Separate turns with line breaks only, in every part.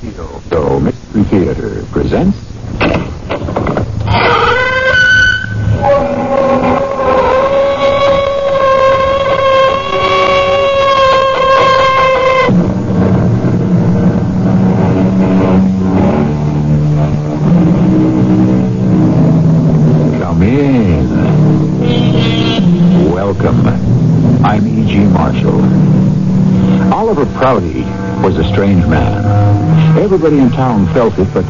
Chicago, the Mystery Theater presents. Come in. Welcome. I'm E.G. Marshall. Oliver Prouty was a strange man. Everybody in town felt it, but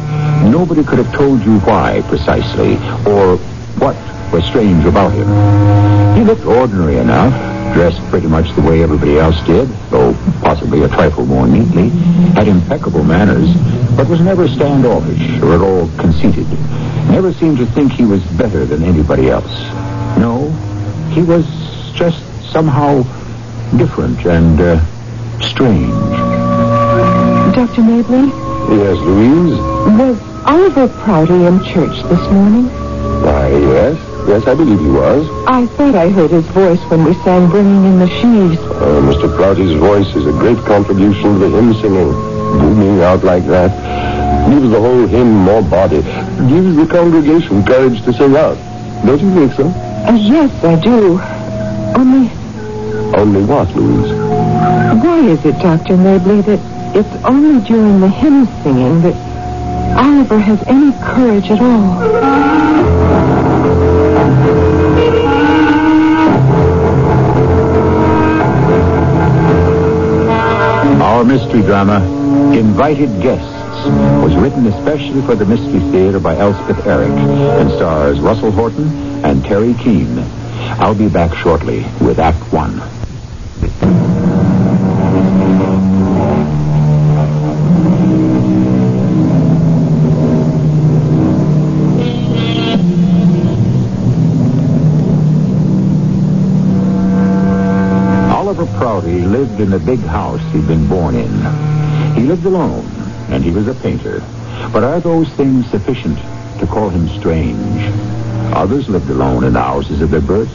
nobody could have told you why precisely or what was strange about him. He looked ordinary enough, dressed pretty much the way everybody else did, though possibly a trifle more neatly, had impeccable manners, but was never standoffish or at all conceited. Never seemed to think he was better than anybody else. No, he was just somehow different and uh, strange.
Dr. Mably,
Yes, Louise?
was Oliver Prouty in church this morning?
Why, yes. Yes, I believe he was.
I thought I heard his voice when we sang Bringing in the Sheaves.
Uh, Mr. Prouty's voice is a great contribution to the hymn singing. Booming out like that gives the whole hymn more body, gives the congregation courage to sing out. Don't you think so?
Uh, yes, I do. Only,
Only what, Louise?
why is it, Dr. Mably, that it's only during the hymn singing that Oliver has any courage at all?
Our mystery drama, Invited Guests, was written especially for the Mystery Theater by Elspeth Eric and stars Russell Horton and Terry Keane. I'll be back shortly with Act One. Oliver Prouty lived in the big house he'd been born in. He lived alone, and he was a painter. But are those things sufficient to call him strange? Others lived alone in the houses of their birth.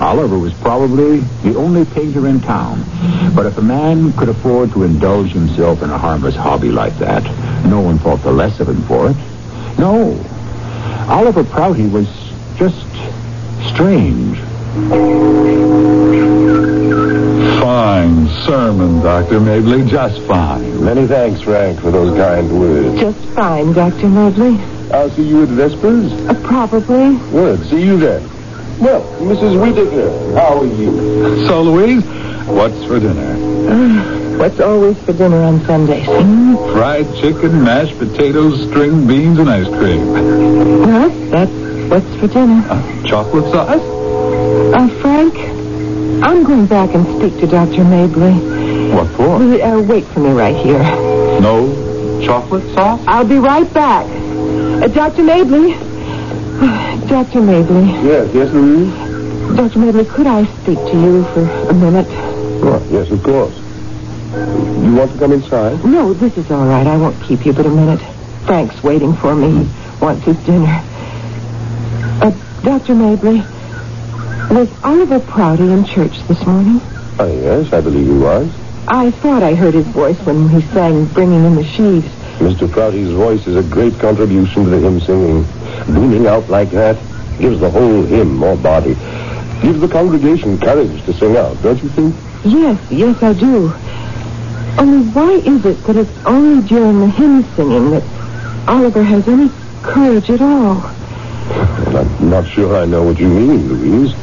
Oliver was probably the only painter in town. But if a man could afford to indulge himself in a harmless hobby like that, no one thought the less of him for it. No. Oliver Prouty was just strange.
Fine sermon, Dr. Mably, just fine.
Many thanks, Frank, for those kind words.
Just fine, Dr. Mably.
I'll see you at Vespers?
Uh, probably.
Good. See you then. Well, Mrs. Whittaker, how are you?
So, Louise, what's for dinner?
What's always for dinner on Hmm? Sundays?
Fried chicken, mashed potatoes, string beans, and ice cream.
Well, that's what's for dinner.
Uh, chocolate sauce?
Uh, Frank, I'm going back and speak to Dr. Mabry.
What for?
Will you, uh, wait for me right here.
No chocolate sauce?
I'll be right back. Uh, Dr. Mabry. Dr. Mabry.
Yes, yes, Louise?
Dr. Mabry, could I speak to you for a minute?
Oh, yes, of course. You want to come inside?
No, this is all right. I won't keep you but a minute. Frank's waiting for me. He wants his dinner. Uh, Dr. Mabry, was Oliver Prouty in church this morning?
Ah, yes, I believe he was.
I thought I heard his voice when he sang Bringing in the Sheaves.
Mr. Prouty's voice is a great contribution to the hymn singing. Booming out like that gives the whole hymn more body. Gives the congregation courage to sing out, don't you think?
Yes, yes, I do. Only why is it that it's only during the hymn singing that Oliver has any courage at all?
Well, I'm not sure I know what you mean, Louise.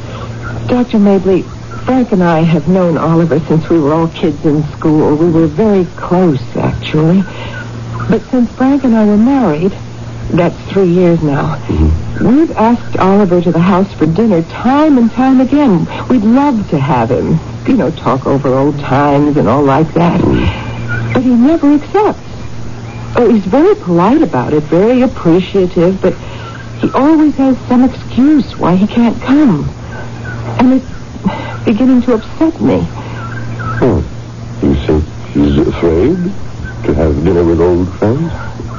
Dr. Mably, Frank and I have known Oliver since we were all kids in school. We were very close, actually. But since Frank and I were married, that's three years now,
Mm-hmm.
we've asked Oliver to the house for dinner time and time again. We'd love to have him, you know, talk over old times and all like that. But he never accepts. Oh, he's very polite about it, very appreciative, but he always has some excuse why he can't come. And it's beginning to upset me.
Hmm. You think he's afraid to have dinner with old friends?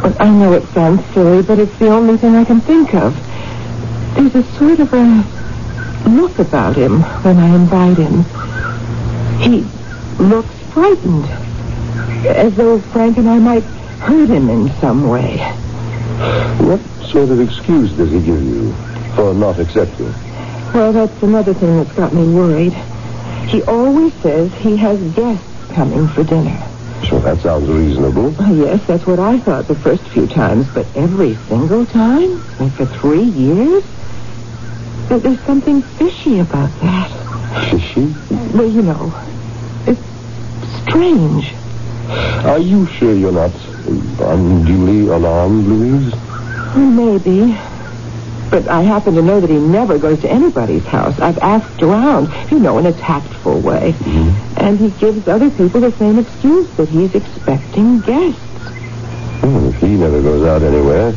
Well, I know it sounds silly, but it's the only thing I can think of. There's a sort of a look about him when I invite him. He looks frightened, as though Frank and I might hurt him in some way.
What sort of excuse does he give you for not accepting?
Well, that's another thing that's got me worried. He always says he has guests coming for dinner.
So that sounds reasonable.
Well, Oh, yes, that's what I thought the first few times, but every single time? And for three years? There- There's something fishy about that.
Fishy?
Well, you know, it's strange.
Are you sure you're not unduly alarmed, Louise?
Maybe. But I happen to know that he never goes to anybody's house. I've asked around, you know, in a tactful way.
Mm-hmm.
And he gives other people the same excuse that he's expecting guests.
Hmm, if he never goes out anywhere,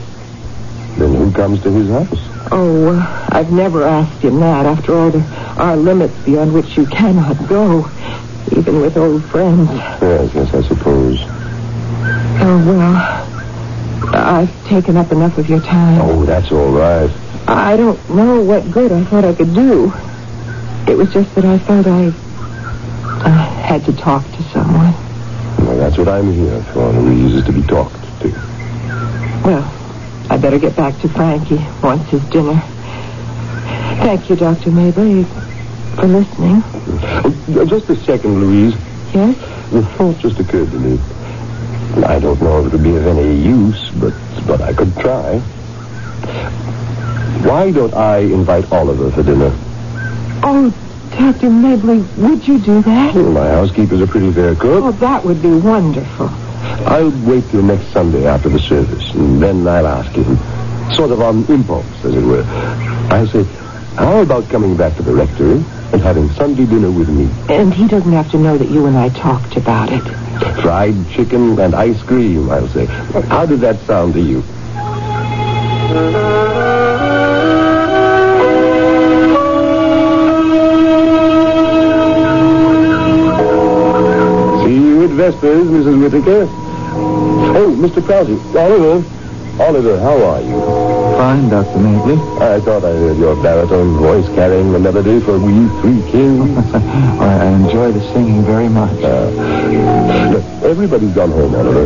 then who comes to his house?
Oh, uh, I've never asked him that. After all, there are limits beyond which you cannot go, even with old friends.
Yes, yes, I suppose.
Oh, well, I've taken up enough of your time.
Oh, that's all right.
I don't know what good I thought I could do. It was just that I felt I uh, had to talk to someone.
Well, that's what I'm here for, Louise, is to be talked to.
Well, I better get back to Frankie. Wants his dinner. Thank you, Dr. Mabry, for listening.
Oh, just a second, Louise.
Yes?
The thought just occurred to me. I don't know if it'll be of any use, but but I could try. Why don't I invite Oliver for dinner?
Oh, Dr. Mabry, would you do that?
Well, my housekeeper's a pretty fair
Oh,
cook.
that would be wonderful.
I'll wait till next Sunday after the service, and then I'll ask him. Sort of on impulse, as it were. I say, how about coming back to the rectory and having Sunday dinner with me?
And he doesn't have to know that you and I talked about it.
Fried chicken and ice cream, I'll say. How did that sound to you? See you at Vespers, Mrs. Whittaker. Oh, Mr. Krause. Oliver. Oliver, how are you?
Fine, Dr. Mabley.
I thought I heard your baritone voice carrying the melody for We Three Kings.
I, I enjoy the singing very much.
Uh, look, everybody's gone home, Oliver.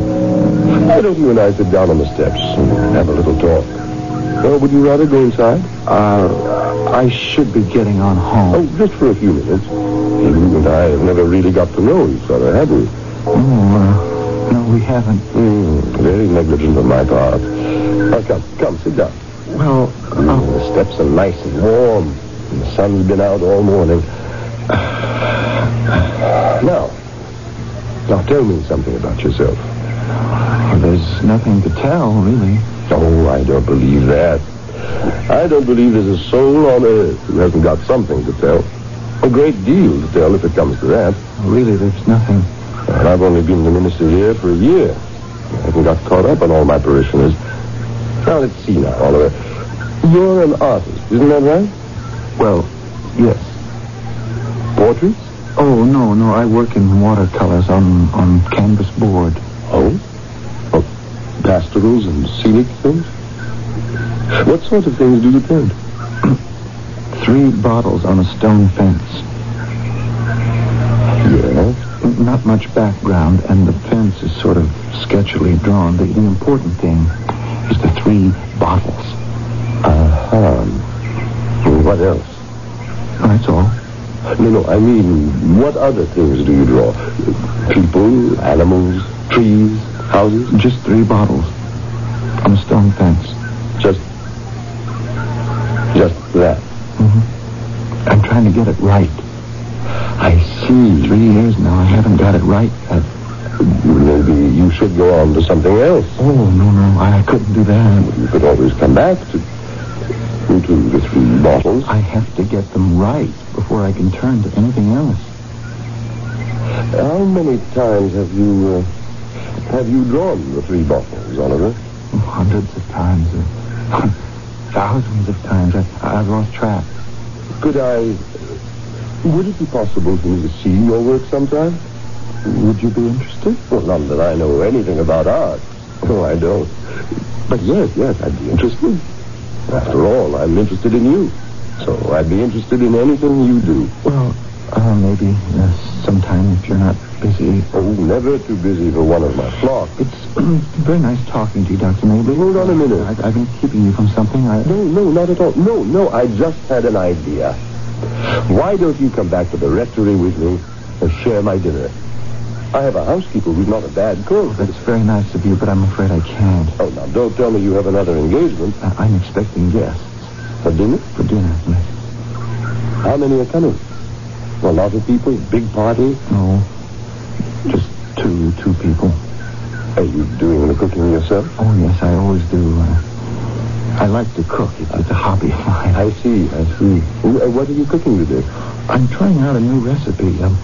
Why don't you and I sit down on the steps and have a little talk? Or would you rather go inside?
Uh, I should be getting on
Oh,
home.
just for a few minutes. You and I have never really got to know each other, have we?
Oh, uh, no, we haven't.
Hmm, very negligent on my part. Oh, come, come, sit down.
Well,
Mm, the steps are nice and warm. And the sun's been out all morning. Now, now tell me something about yourself.
well, there's nothing to tell, really.
Oh, I don't believe that. I don't believe there's a soul on earth who hasn't got something to tell. A great deal to tell if it comes to that.
Really, there's nothing.
And I've only been the minister here for a year. I haven't got caught up on all my parishioners. Now, let's see now, Oliver. You're an artist, isn't that right?
Well, yes.
Portraits?
Oh, no, no, I work in watercolors on, on canvas board.
Oh? Oh, pastorals and scenic things? What sort of things do you paint?
Three bottles on a stone fence.
Yeah.
Not much background, and the fence is sort of sketchily drawn. The, the important thing is the three bottles.
Uh-huh. What else?
That's all.
No, no, I mean, what other things do you draw? People, animals, trees, houses?
Just three bottles on a stone fence.
Just. Just that.
I'm trying to get it right.
I see.
Three years now, I haven't got it right. Uh,
Maybe you should go on to something else.
oh, no, no, I, I couldn't do that.
You could always come back to. to the three bottles.
I have to get them right before I can turn to anything else.
How many times have you. Uh, have you drawn the three bottles, Oliver?
Hundreds of times, uh, thousands of times. I, I've lost track.
Could I. Would it be possible for me to see your work sometime?
Would you be interested?
Well, not that I know anything about art. No, I don't. But yes, yes, I'd be interested. After all, I'm interested in you. So I'd be interested in anything you do.
Well, uh, maybe uh, sometime if you're not busy.
Oh, never too busy for one of my flock.
It's very nice talking to you, Dr. Mabry.
Hold on a minute.
I, I've been keeping you from something. I...
No, no, not at all. No, no, I just had an idea. Why don't you come back to the rectory with me and share my dinner? I have a housekeeper who's not a bad cook.
That's very nice of you, but I'm afraid I can't.
Oh, now, don't tell me you have another engagement
I- I'm expecting guests
for dinner.
for dinner. Yes.
How many are coming? A lot of people, big party.
No, just two, two people.
Are you doing the cooking yourself?
Oh, yes, I always do. Uh, I like to cook. It's, it's a hobby of mine.
I see, I see. Wh- uh, What are you cooking today?
I'm trying out a new recipe. Um,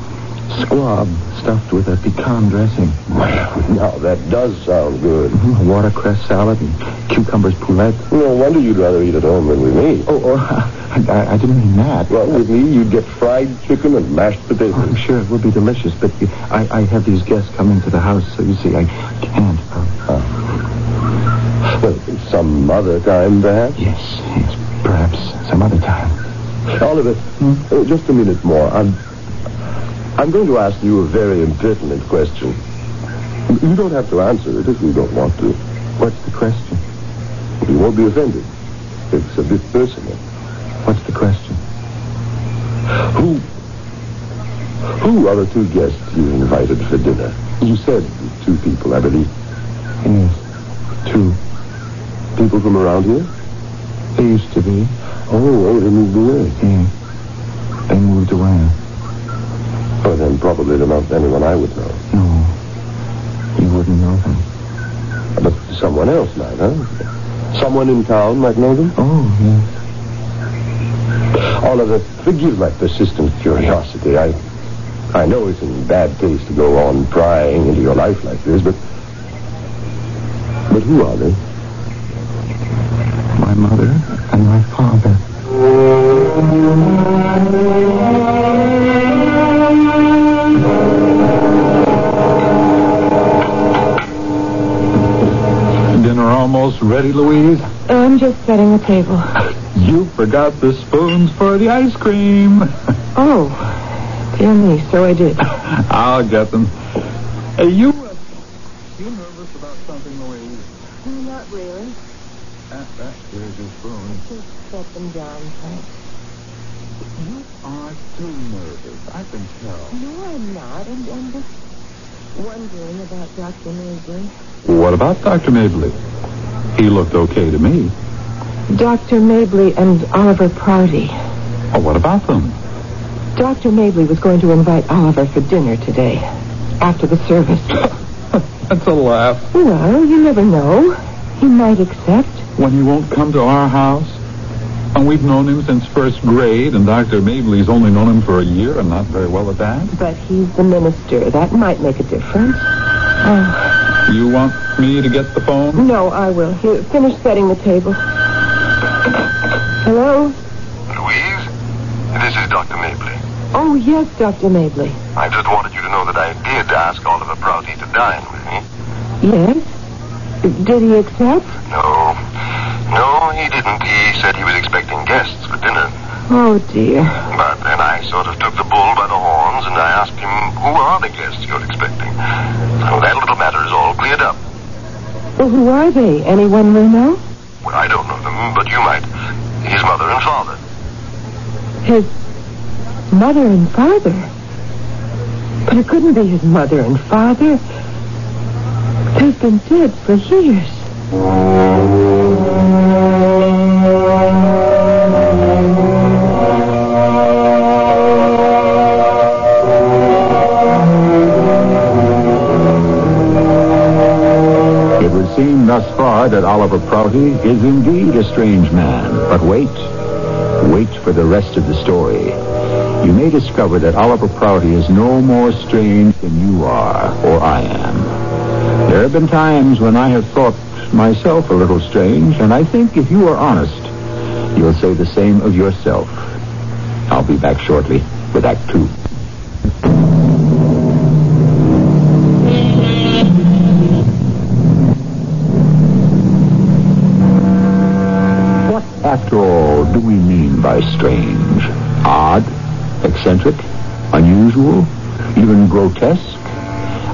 squab stuffed with a pecan dressing.
Now, that does sound good.
Watercress salad and cucumbers poulet.
No wonder you'd rather eat at home than with me.
Oh, oh I, I didn't mean that.
Well, with me, you'd get fried chicken and mashed
I'm
potatoes.
sure it will be delicious, but you- I, I have these guests coming to the house, so you see, I can't. Uh,
Well, some other time, perhaps.
yes, yes, perhaps some other time.
Oliver, uh, just a minute more. I'm, I'm going to ask you a very impertinent question. You don't have to answer it if you don't want to.
What's the question?
You won't be offended. It's a bit personal.
What's the question?
Who, who are the two guests you invited for dinner? You said two people, I believe.
Yes, two.
People from around here?
They used to be.
Oh, oh, they moved away.
Yeah. They moved away.
Oh, then probably they're not anyone I would know.
No, you wouldn't know them.
But someone else might, huh? Someone in town might know them?
Oh, yes.
Oliver, forgive my persistent curiosity. I, I know it's in bad taste to go on prying into your life like this, but, but who are they?
My mother and my father.
Dinner almost ready, Louise.
I'm just setting the table.
You forgot the spoons for the ice cream.
Oh, dear me, so I did.
I'll get them. Hey, you, uh, you nervous about something, Louise?
Not really.
Uh, uh, here's your spoon.
Just set them down, Frank. Mm-hmm.
You are Oh, too nervous. I can tell.
No, I'm not. I'm, I'm just wondering about Dr. Mabry.
What about Dr. Mabley? He looked okay to me.
Dr. Mably and Oliver Prouty.
Oh, what about them?
Dr. Mably was going to invite Oliver for dinner today, after the service.
That's a laugh.
well, you never know. He might accept.
When he won't come to our house? And we've known him since first grade, and Dr. Mabley's only known him for a year, and not very well at that.
But he's the minister. That might make a difference. Oh,
You want me to get the phone?
no, I will. Here, finish setting the table. Hello?
Louise, this is Dr. Mabley.
Oh, yes, Dr. Mably.
I just wanted you to know that I did ask Oliver Prouty to dine with me.
Yes? Did he accept?
No, no, he didn't. He said he was expecting guests for dinner.
Oh, dear.
But then I sort of took the bull by the horns and I asked him, who are the guests you're expecting? So that little matter is all cleared up.
Well, who are they? Anyone we know?
Well, I don't know them, but you might. His mother and father.
His mother and father. But it couldn't be his mother and father. They've been dead for years.
It would seem thus far that Oliver Prouty is indeed a strange man. But wait. Wait for the rest of the story. You may discover that Oliver Prouty is no more strange than you are or I am. There have been times when I have thought myself a little strange, and I think if you are honest, you'll say the same of yourself. I'll be back shortly with Act Two. What, after all, do we mean by strange? Odd? Eccentric? Unusual? Even grotesque?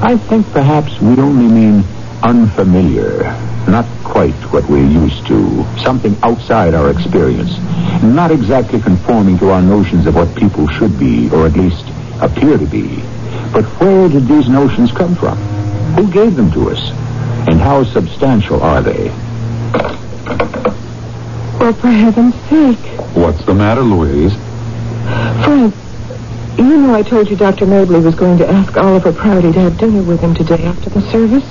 I think perhaps we only mean unfamiliar, not quite what we're used to, something outside our experience, not exactly conforming to our notions of what people should be, or at least appear to be. But where did these notions come from? Who gave them to us? And how substantial are they?
Well, for heaven's sake.
What's the matter, Louise?
Frank, you know I told you Dr. Mably was going to ask Oliver Prouty to have dinner with him today after the service.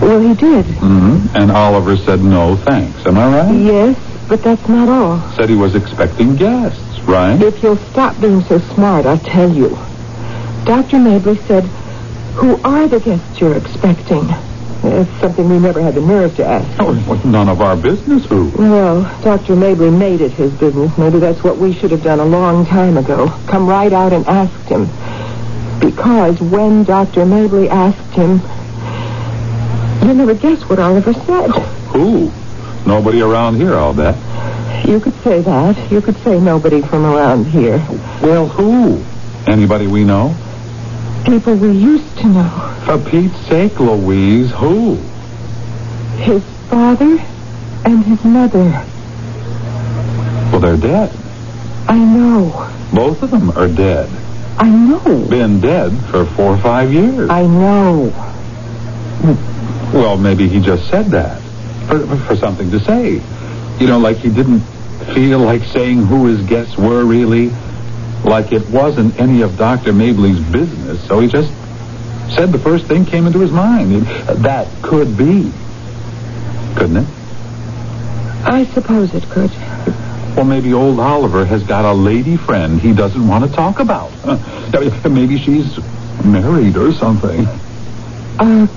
Well, he did.
hmm And Oliver said no, thanks. Am I right?
Yes, but that's not all.
Said he was expecting guests, right?
If you'll stop being so smart, I'll tell you. Dr. Mably said, Who are the guests you're expecting? That's something we never had the nerve to ask.
Oh, it was none of our business who.
Well, Dr. Mabry made it his business. Maybe that's what we should have done a long time ago. Come right out and asked him. Because when Dr. Mabry asked him, you'll never guess what Oliver said.
Who? Nobody around here, I'll bet.
You could say that. You could say nobody from around here.
Well, who? Anybody we know?
People we used to know.
For Pete's sake, Louise, who?
His father and his mother.
Well, they're dead.
I know.
Both of them are dead.
I know.
Been dead for four or five years.
I know.
Well, maybe he just said that for, for something to say. You know, like he didn't feel like saying who his guests were really, like it wasn't any of Dr. Mably's business, so he just said the first thing came into his mind. That could be. Couldn't it?
I suppose it could.
Well, maybe old Oliver has got a lady friend he doesn't want to talk about. Maybe she's married or something.
A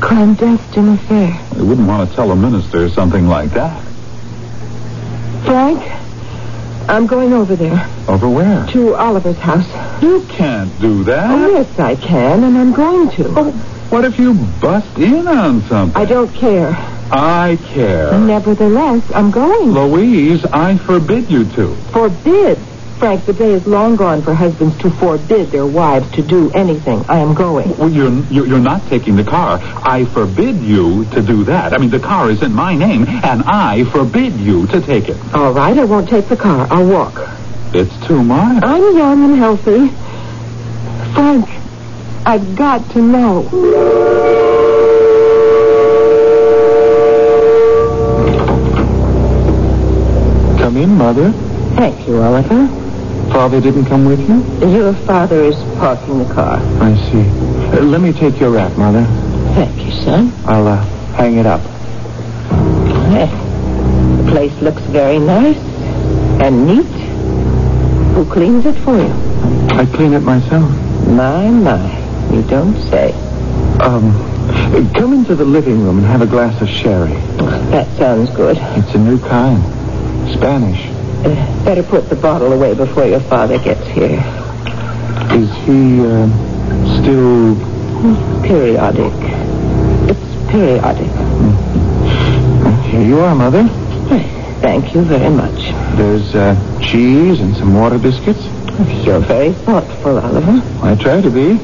clandestine affair.
They wouldn't want to tell a minister something like that.
Frank, I'm going over there
Over where?
to Oliver's house.
You can't do that.
Oh, yes, I can, and I'm going to.
What if you bust in on something?
I don't care.
I
Uh.
care.
Nevertheless, I'm going.
Louise, I forbid you to.
Forbid. Frank, the day is long gone for husbands to forbid their wives to do anything. I am going.
Well, you're, you're you're not taking the car. I forbid you to do that. I mean, the car is in my name, and I forbid you to take it.
All right, I won't take the car. I'll walk.
It's two miles.
I'm young and healthy. Frank, I've got to know.
Come in, Mother.
Thank you, Oliver.
Father didn't come with you?
Your father is parking the car.
I see. Uh, let me take your wrap, Mother.
Thank you, son.
I'll uh, hang it up.
Yes. The place looks very nice and neat. Who cleans it for you?
I clean it myself.
My, my. You don't say.
Um, come into the living room and have a glass of sherry.
That sounds good.
It's a new kind. Spanish.
Uh, better put the bottle away before your father gets here.
Is he uh, still?
Periodic. It's periodic.
Here you are, Mother.
Thank you very much.
There's uh, cheese and some water biscuits.
You're very thoughtful, Oliver.
I try to be.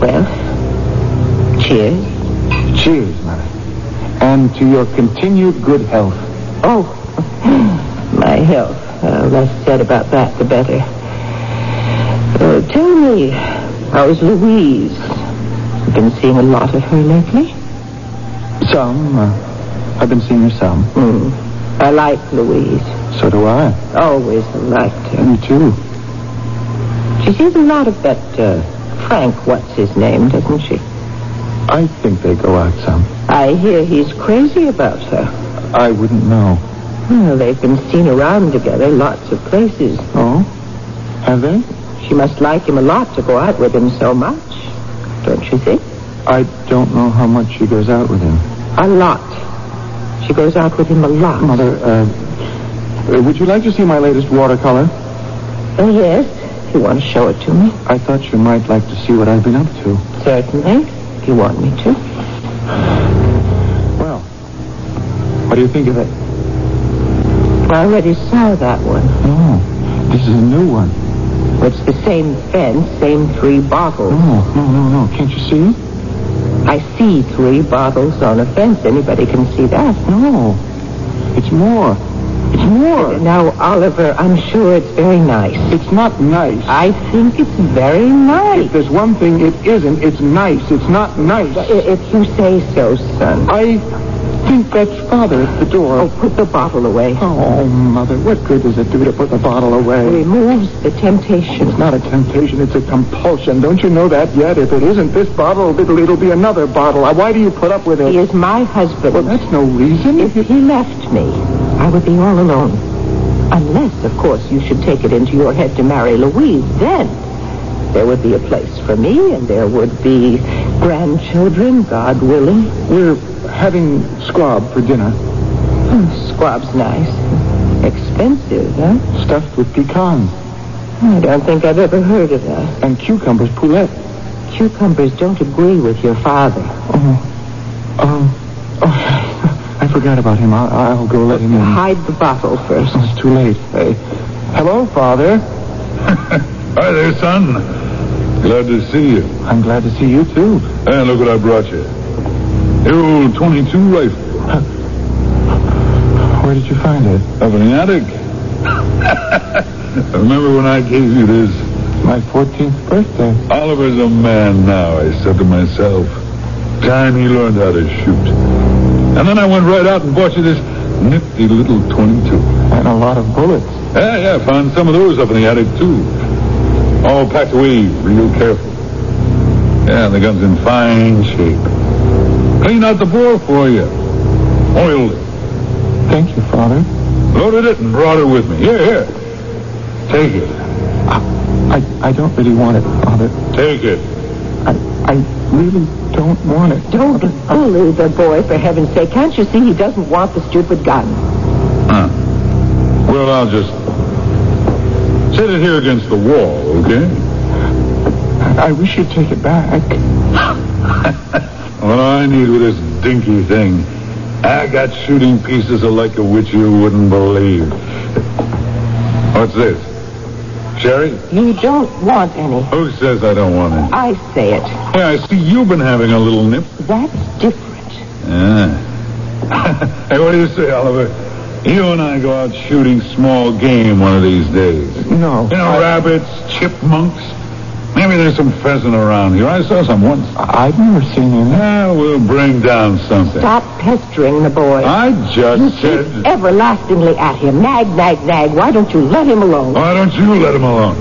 Well, cheers.
Cheers, Mother. And to your continued good health.
Oh, my health. Uh, less said about that, the better. Uh, tell me, how's Louise? You've been seeing a lot of her lately?
Some. Uh, I've been seeing her some.
Hmm. I like Louise.
So do I.
Always liked her.
Me too.
She sees a lot of that uh, Frank, what's his name, doesn't she?
I think they go out some.
I hear he's crazy about her.
I wouldn't know.
Well, they've been seen around together lots of places.
Oh? Have they?
She must like him a lot to go out with him so much, don't you think?
I don't know how much she goes out with him.
A lot. She goes out with him a lot.
Mother, uh, uh, would you like to see my latest watercolor?
Oh, yes. You want to show it to me?
I thought you might like to see what I've been up to.
Certainly. If you want me to.
Well, what do you think of it?
I already saw that one.
Oh, this is a new one.
It's the same fence, same three bottles.
No, no, no, no. Can't you see?
I see three bottles on a fence. Anybody can see that.
No. It's more. It's more.
Now, Oliver, I'm sure it's very nice.
It's not nice.
I think it's very nice.
There's one thing it isn't. It's nice. It's not nice.
I- If you say so, son.
I think that's father at the door.
Oh, put the bottle away.
Oh, Mother, what good does it do to put the bottle away?
Removes the temptation.
It's not a temptation, it's a compulsion. Don't you know that yet? If it isn't this bottle, it'll, it'll be another bottle. Uh, Why do you put up with
He
it?
is my husband.
Well, that's no reason.
If he left me, I would be all alone. Unless, of course, you should take it into your head to marry Louise, then there would be a place for me, and there would be grandchildren, God willing.
We're having squab for dinner,
Oh, squab's nice. Expensive, huh?
stuffed with pecans
I don't think I've ever heard of that.
and cucumbers poulet.
Cucumbers don't agree with your father.
Oh, um, oh, I forgot about him. I'll, I'll go let him in.
Hide the bottle first.
It's too late. Hey. Hello, Father.
Hi there, son. Glad to see you.
I'm glad to see you, too.
And look what I brought you. Your old 22 rifle.
Where did you find it?
Up in the attic. Remember when I gave you this?
My 14th birthday.
Oliver's a man now, I said to myself. Time he learned how to shoot. And then I went right out and bought you this nifty little 22.
And a lot of bullets.
Yeah, yeah, found some of those up in the attic, too. All packed away real careful. Yeah, and the gun's in fine shape. Cleaned out the bore for you. Oiled it.
Thank you, Father.
Loaded it and brought it with me. Here, here. Take it.
I, I don't really want it, Father.
Take it.
I, I really don't want it.
Don't bully the Oh, boy, for heaven's sake. Can't you see he doesn't want the stupid gun?
Huh. Well, I'll just set it here against the wall, okay?
I wish you'd take it back.
What I need with this dinky thing. I got shooting pieces of like a witch you wouldn't believe. What's this? Sherry?
You don't want any.
Who says I don't want it?
I say it.
Well, I see you've been having a little nip.
That's different.
Yeah. hey, what do you say, Oliver? You and I go out shooting small game one of these days.
No.
You know, rabbits, chipmunks. Maybe there's some pheasant around here. I saw some once.
I've never seen you. that.
Ah, we'll bring down something.
Stop pestering the boy.
I
you
just
keep
said.
everlastingly at him. Nag, nag, nag. Why don't you let him alone?
Why don't you let him alone?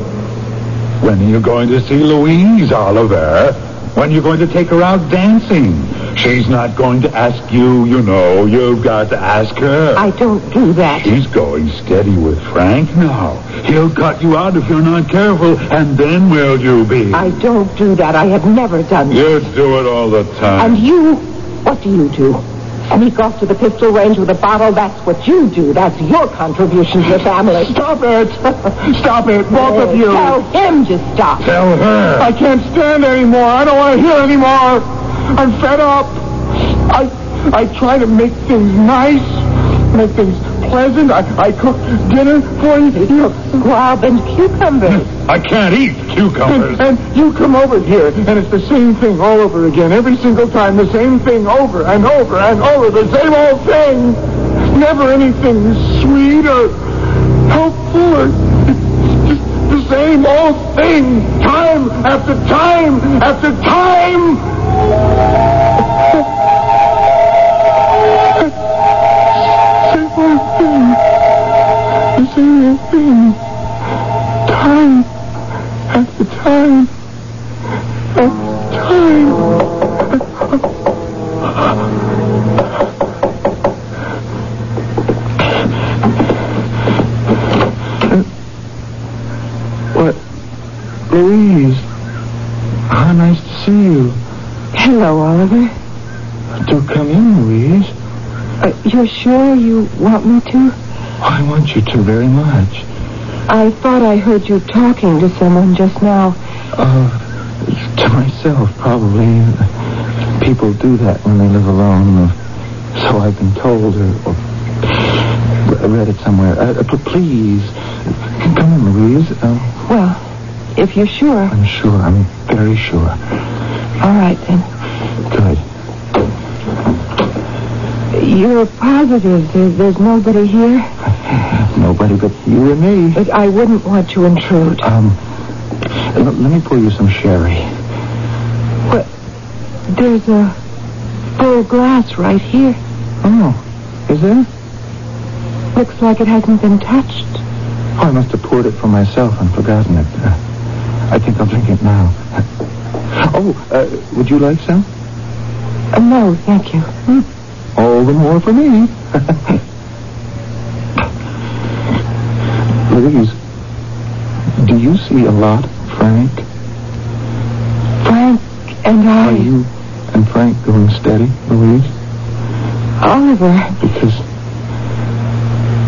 When are you going to see Louise, Oliver? When are you going to take her out dancing? She's not going to ask you, you know. You've got to ask her.
I don't do that.
He's going steady with Frank now. He'll cut you out if you're not careful, and then where'll you be?
I don't do that. I have never done that.
You do it all the time.
And you, what do you do? Sneak off to the pistol range with a bottle? That's what you do. That's your contribution to the family.
Stop it! Stop it, both of you!
Tell him to stop.
Tell her.
I can't stand anymore. I don't want to hear anymore. I'm fed up. I I try to make things nice, make things pleasant. I, I cook dinner for you. You know,
Squab and cucumbers.
I can't eat cucumbers.
and, and you come over here, and it's the same thing all over again. Every single time, the same thing over and over and over. The same old thing. Never anything sweet or helpful or just the same old thing. Time after time after time. Same old thing. The same old thing. Time after time after time. What? Louise. How nice to see you.
Hello, Oliver.
Do come in, Louise.
Uh, you're sure you want me to?
I want you to very much.
I thought I heard you talking to someone just now.
Uh, to myself, probably. People do that when they live alone, or so I've been told, or, or I read it somewhere. Uh, uh, please, come in, Louise. Uh,
Well, if you're sure.
I'm sure. I'm very sure.
All right, then.
Good.
You're positive there- there's nobody here?
Nobody but you and me.
But I wouldn't want to intrude.
Um, l- let me pour you some sherry.
But there's a full glass right here.
Oh, is there?
Looks like it hasn't been touched.
Oh, I must have poured it for myself and forgotten it. Uh, I think I'll drink it now. Oh, uh, would you like some?
Uh, no, thank you. Hmm.
All the more for me. Louise, do you see a lot, Frank?
Frank and I.
Are you and Frank going steady, Louise?
Oliver,
Because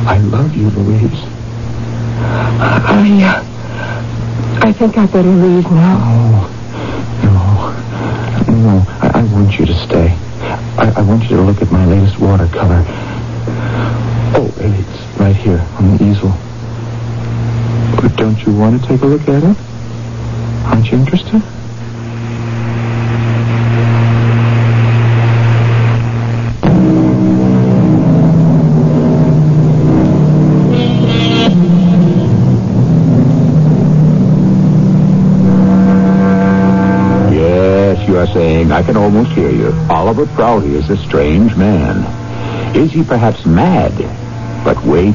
I love you, Louise.
I, uh, I think I better leave now.
Oh, no. No, I, I want you to stay. I, I want you to look at my latest watercolor. Oh, and it's right here on the easel. But don't you want to take a look at it? Aren't you interested?
Yes,
You are saying, I can almost hear you. Oliver Prouty is a strange man. Is he perhaps mad? But wait.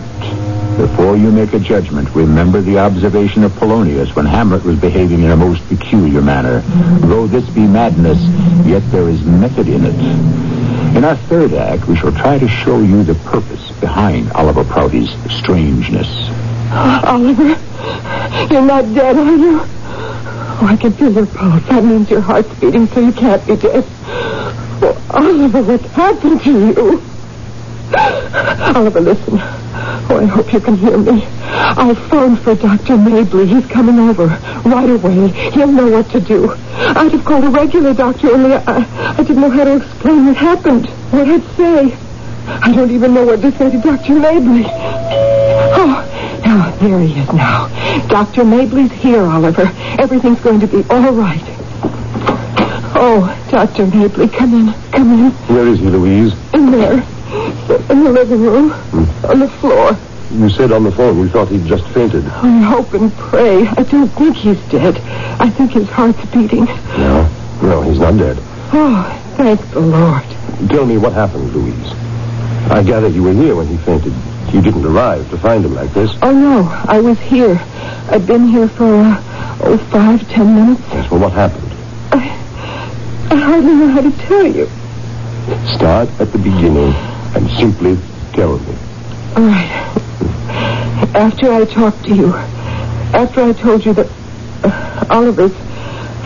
Before you make a judgment, remember the observation of Polonius when Hamlet was behaving in a most peculiar manner. Though this be madness, yet there is method in it. In our third act, we shall try to show you the purpose behind Oliver Prouty's strangeness.
Oliver, you're not dead, are you? Oh, I can feel your pulse. That means your heart's beating, so you can't be dead. Oh, Oliver, what's happened to you? Oliver, listen. Oh, I hope you can hear me. I phoned for Dr. Mabley. He's coming over right away. He'll know what to do. I'd have called a regular doctor, only I, I didn't know how to explain what happened, what I'd say. I don't even know what to say to Dr. Mabley. Oh, now, there he is now. Dr. Mabley's here, Oliver. Everything's going to be all right. Oh, Dr. Mabley, come in, come in.
Where is he, Louise?
In there. In the living room. On the floor.
You said on the phone we thought he'd just fainted.
I hope and pray. I don't think he's dead. I think his heart's beating.
No, no, he's not dead.
Oh, thank the Lord.
Tell me what happened, Louise. I gather you were here when he fainted. You didn't arrive to find him like this.
Oh, no. I was here. I've been here for, uh, oh, five, ten minutes.
Yes, well, what happened?
I hardly know how to tell you.
Start at the beginning and simply tell me.
All right. After I talked to you, after I told you that uh, Oliver's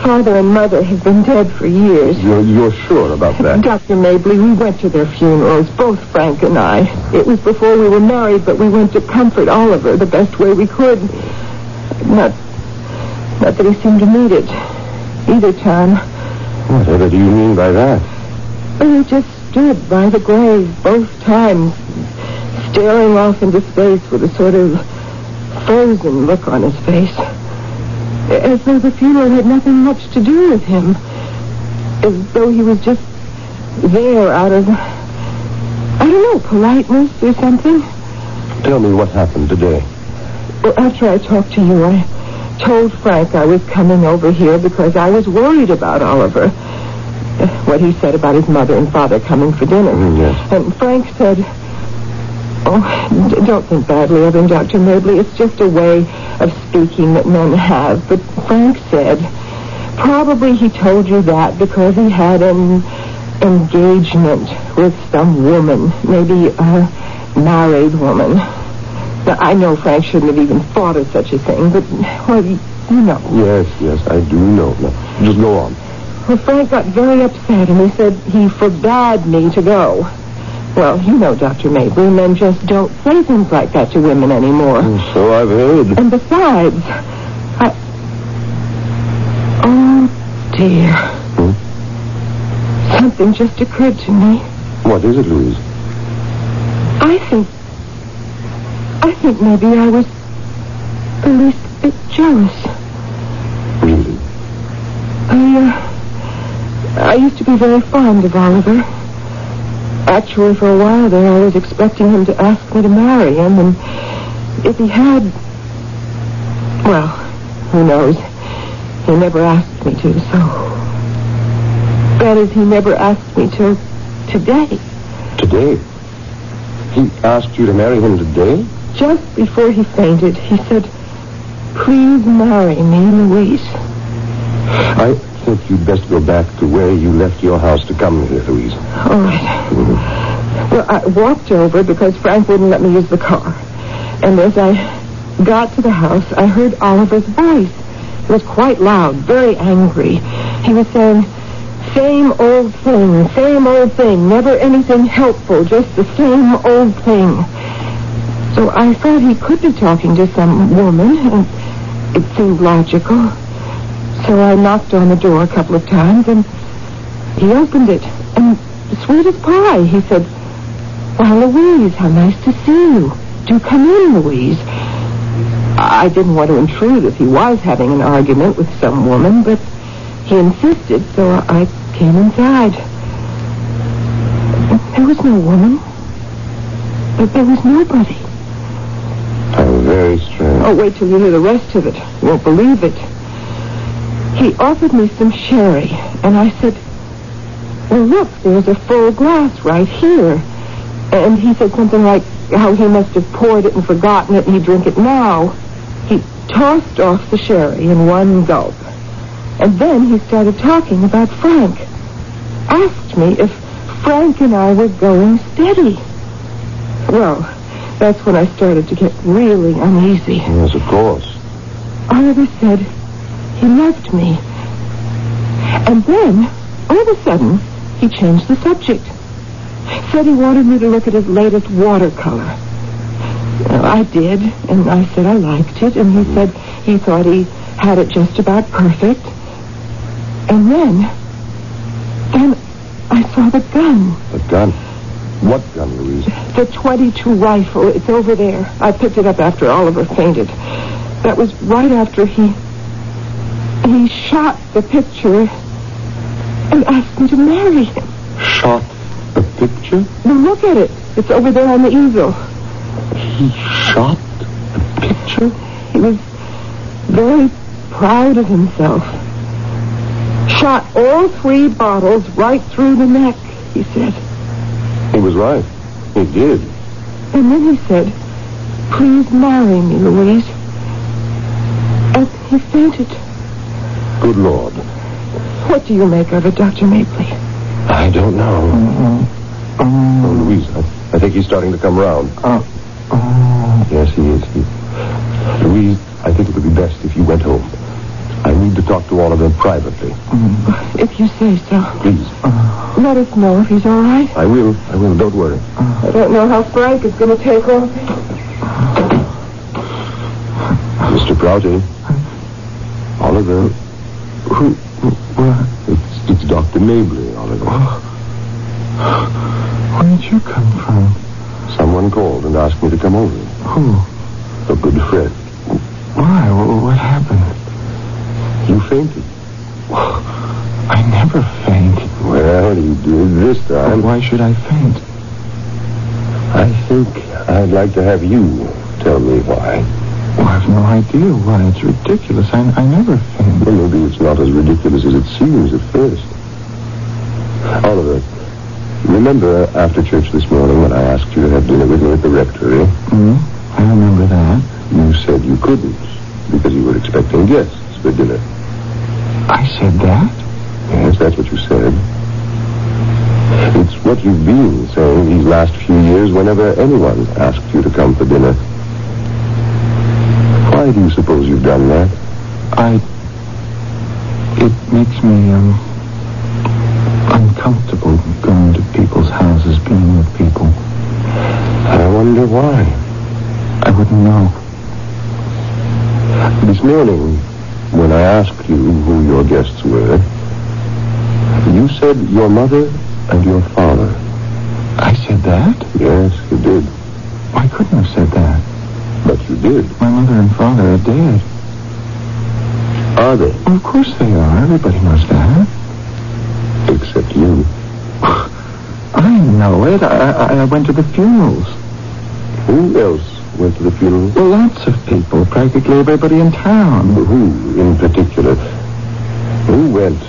father and mother have been dead for years,
You're, you're sure about that?
Dr. Mabley, we went to their funerals, both Frank and I. It was before we were married, but we went to comfort Oliver the best way we could. Not, not that he seemed to need it either time.
Whatever do you mean by that?
But he just stood by the grave both times, staring off into space with a sort of frozen look on his face. As though the funeral had nothing much to do with him. As though he was just there out of, I don't know, politeness or something.
Tell me what happened today.
Well, after I talked to you, I told Frank I was coming over here because I was worried about Oliver. Uh, What he said about his mother and father coming for dinner.
Mm, yes.
And Frank said, Oh, d- don't think badly of him, Dr. Mobley. It's just a way of speaking that men have. But Frank said, probably he told you that because he had an engagement with some woman, maybe a married woman. Now, I know Frank shouldn't have even thought of such a thing, but, well, you you know.
Yes, yes, I do know. Now, just go on.
Well, Frank got very upset, and he said he forbade me to go. Well, you know, Dr. Mabry, men just don't say things like that to women anymore.
So I've heard.
And besides, I... Oh, dear. Something just occurred to me.
What is it, Louise?
I think... I think maybe I was the least bit jealous. uh, I used to be very fond of Oliver. Actually, for a while there, I was expecting him to ask me to marry him, and if he had, well, who knows? He never asked me to, so. That is, he never asked me to today,
Today? He asked you to marry him today?
just before he fainted. He said, please marry me, Louise.
I think you'd best go back to where you left your house to come here, Louise.
All right. Well, I walked over because Frank wouldn't let me use the car. And as I got to the house, I heard Oliver's voice. It was quite loud, very angry. He was saying, same old thing, same old thing, never anything helpful, just the same old thing. So I thought he could be talking to some woman, and it seemed logical. So I knocked on the door a couple of times, and he opened it, and sweet as pie, he said, Why, Louise, how nice to see you. Do come in, Louise. I didn't want to intrude if he was having an argument with some woman, but he insisted, so I came inside. There was no woman. But there was nobody.
How very strange.
Oh, wait till you hear the rest of it. You won't believe it. He offered me some sherry, and I said, Well, look, there's a full glass right here. And he said something like how he must have poured it and forgotten it, and he'd drink it now. He tossed off the sherry in one gulp. And then he started talking about Frank. Asked me if Frank and I were going steady. Well, that's when I started to get really uneasy.
Yes, of course.
Oliver said he loved me. And then, all of a sudden, he changed the subject. Said he wanted me to look at his latest watercolor. Well, I did, and I said I liked it, and he said he thought he had it just about perfect. And then, then I saw the gun,
A gun. What gun, Louise?
the 22 rifle. It's over there. I picked it up after Oliver fainted. That was right after he he shot the picture and asked me to marry him.
Shot the picture?
Now look at it. It's over there on the easel.
He shot the picture?
He was very proud of himself. Shot all three bottles right through the neck, he said.
He was right. He did.
And then he said, please marry me, Louise. And he fainted.
Good Lord.
What do you make of it, Dr. Mapley?
I don't know. Oh, Louise, I, I think he's starting to come round.
Oh.
Yes, he is. He, Louise, I think it would be best if you went home. I need to talk to all of them privately.
If you say so.
Please.
Let us know if he's all right.
I will. I will. Don't worry.
I don't know how Frank is going to take all
Mr. Prouty. Oliver. Who? What? It's, it's Dr. Mabley, Oliver.
Where did you come from?
Someone called and asked me to come over.
Who?
A good friend.
Why? Wh- What happened?
You fainted.
I never faint.
Well, you did this time.
Why should I faint?
I think I'd like to have you tell me why.
Well, I've no idea why. It's ridiculous. I, I never faint.
Well, maybe it's not as ridiculous as it seems at first. Oliver, remember after church this morning when I asked you to have dinner with me at the rectory?
Hmm? I remember that.
You said you couldn't because you were expecting guests for dinner.
I said that?
Yes, that's what you said. It's what you've been saying these last few years whenever anyone asked you to come for dinner. Why do you suppose you've done that?
I. It makes me, um. uncomfortable going to people's houses, being with people.
I wonder why.
I wouldn't know.
This morning, when I asked you who your guests were, you said your mother and your father.
I said that?
Yes, you did.
I couldn't have said that.
But you did.
My mother and father are dead.
Are they?
Well, of course they are. Everybody knows that.
except you.
I know it. I, I, I went to the funerals.
Who else went to the funeral?
Well, lots of people, practically everybody in town.
Who in particular? Who went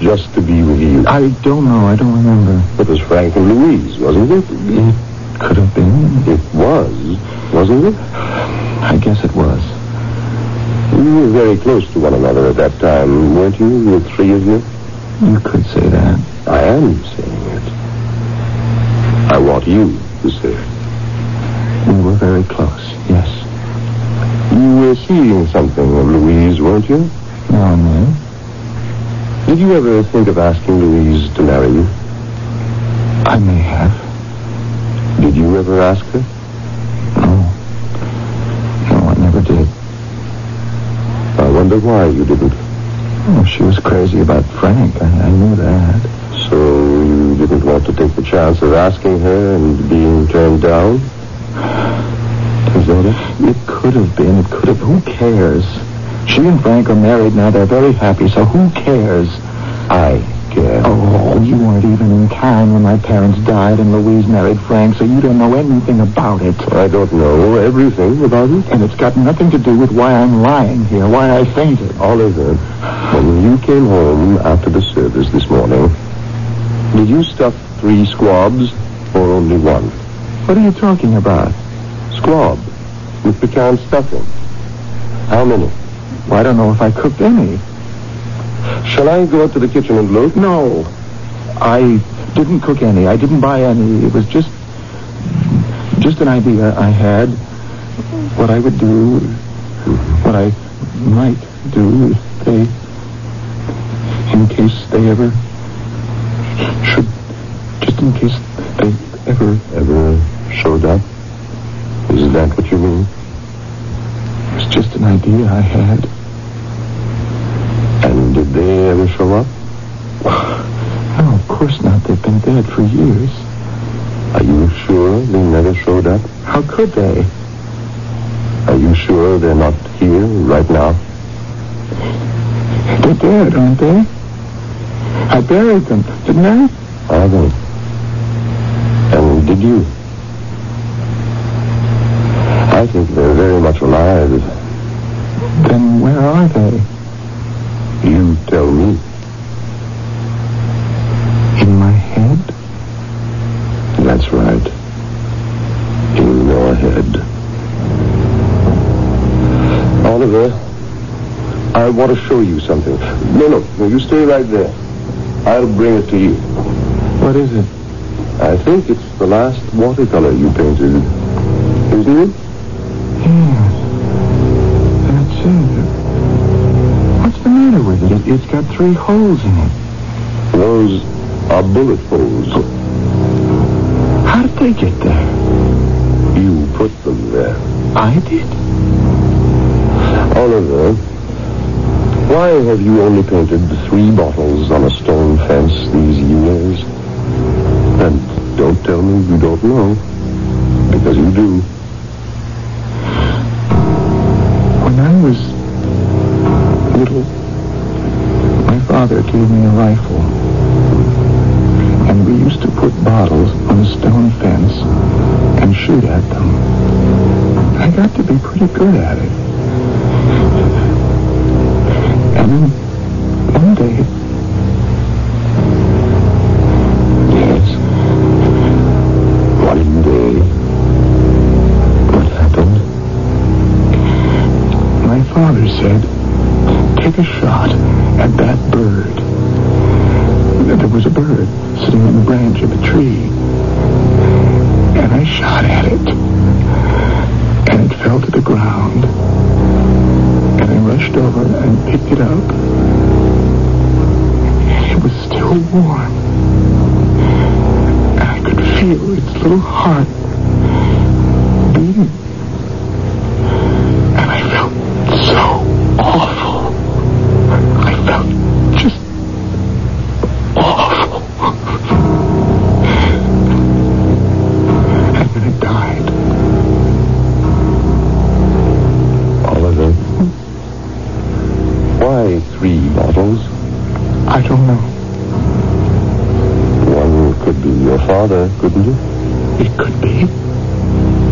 just to be with you?
I don't know. I don't remember.
It was Frank and Louise, wasn't it?
It could have been.
It was, wasn't it?
I guess it was.
You were very close to one another at that time, weren't you? The three of you?
You could say that.
I am saying it. I want you to say it.
We were very close. Yes.
You were seeing something of Louise, weren't you?
Now and then.
Did you ever think of asking Louise to marry you?
I may have.
Did you ever ask her?
No. No, I never did.
I wonder why you didn't.
Oh, she was crazy about Frank. I, I knew that.
So you didn't want to take the chance of asking her and being turned down?
Is that it? It could have been. It could have. Who cares? She and Frank are married now. They're very happy, so who cares?
I care.
Oh, you weren't even in town when my parents died and Louise married Frank, so you don't know anything about it.
I don't know everything about it.
And it's got nothing to do with why I'm lying here, why I fainted.
Oliver, when you came home after the service this morning, did you stuff three squabs or only one?
What are you talking about?
Squab with pecan stuffing. How many?
Well, I don't know if I cooked any.
Shall I go up to the kitchen and look?
No, I didn't cook any. I didn't buy any. It was just, just an idea I had. What I would do, what I might do if they, in case they ever should, just in case they ever
Ever showed up? Is that what you mean?
it was just an idea I had.
And did they ever show up?
No, oh, of course not. They've been dead for years.
Are you sure they never showed up?
How could they?
Are you sure they're not here right now?
They're dead, aren't they? I buried them, didn't I?
Are they? And did you? I think they're very much alive.
Then where are they?
You tell me.
In my head?
That's right. In your head. Oliver, I want to show you something. No, no, no, you stay right there. I'll bring it to you.
What is it?
I think it's the last watercolor you painted. Isn't it?
Yes. That's it. What's the matter with it? it? It's got three holes in it.
Those are bullet holes.
How did they get there?
You put them there.
I did.
Oliver, why have you only painted three bottles on a stone fence these years? And don't tell me you don't know, because you do.
When I was little, my father gave me a rifle. And we used to put bottles on a stone fence and shoot at them. I got to be pretty good at it. And then one day. Yes. One day. What happened? My father said, take a shot at that bird. There was a bird sitting on the branch of a tree. And I shot at it. And it fell to the ground. And I rushed over and picked it up. It was still warm. And I could feel its little heart beating. And I felt so awful. I felt just awful. And then it died.
Oliver, why three bottles?
I don't know.
could be your father, couldn't it?
It could be.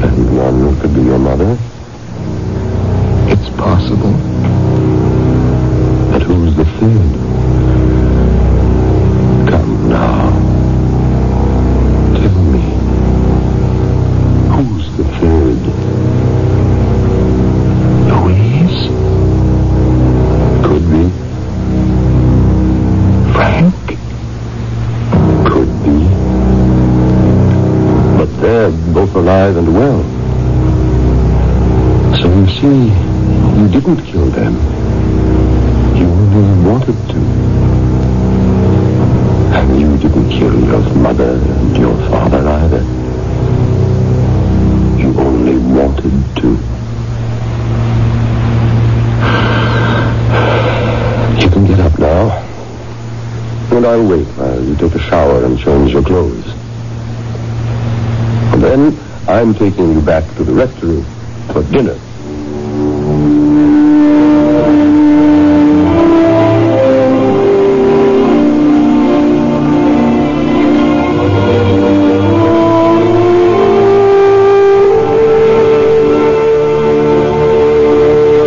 And one could be your mother.
It's possible.
And who's the third? Come now. Tell me. Who's the third?
Louise?
Could be.
Frank?
Could be. But they're both alive and well. So you see, you didn't kill them. You only wanted to. And you didn't kill your mother and your father either. You only wanted to. You can get up now. And I'll wait while you take a shower and change your clothes. And then I'm taking you back to the rectory for dinner.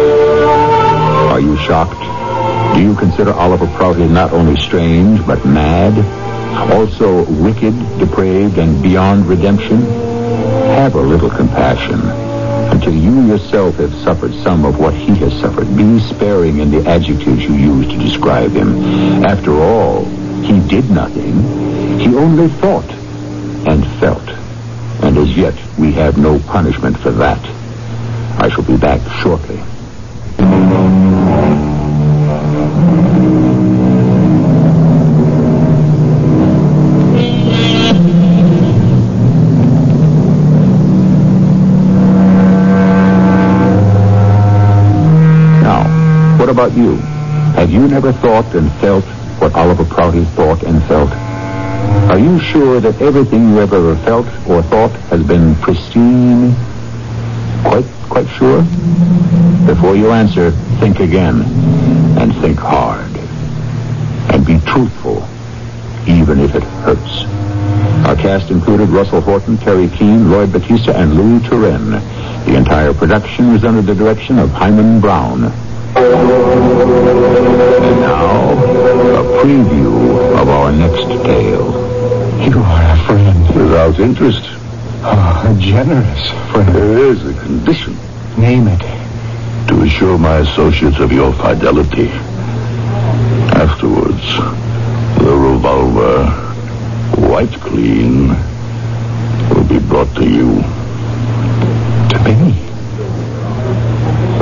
Are you shocked? Do you consider Oliver Prouty not only strange, but mad? Also wicked, depraved, and beyond redemption? Have a little compassion. Until you yourself have suffered some of what he has suffered, be sparing in the adjectives you use to describe him. After all, he did nothing. He only thought and felt. And as yet, we have no punishment for that. I shall be back shortly. Now, what about you? Have you never thought and felt what Oliver Prouty thought and felt? Are you sure that everything you have ever felt or thought has been pristine? Quite, quite sure? Before you answer, think again and think hard. And be truthful, even if it hurts. Our cast included Russell Horton, Terry Keane, Lloyd Batista, and Louis Turin. The entire production was under the direction of Hyman Brown. And now, a preview of our next tale.
You are a friend. Without interest. a generous friend. There is a condition. Name it. To assure my associates of your fidelity. Afterwards, the revolver, white clean, will be brought to you. To me?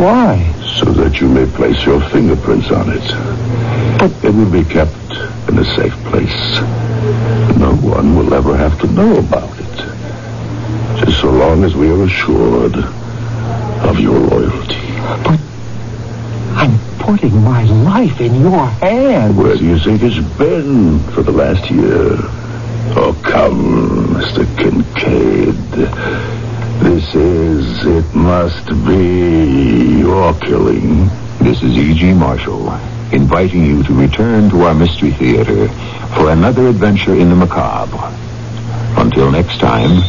Why? So that you may place your fingerprints on it. It will be kept in a safe place. No one will ever have to know about it. Just so long as we are assured of your loyalty. But
I'm putting my life in your hands.
where do you think it's been for the last year? Oh, come, Mr. Kincaid. This is, it must be your killing.
This is E.G. Marshall, inviting you to return to our Mystery Theater for another adventure in the macabre. Until next time,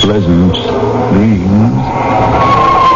pleasant dreams.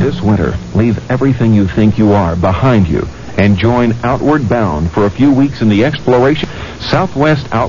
This winter, leave everything you think you are behind you and join Outward Bound for a few weeks in the exploration Southwest Out.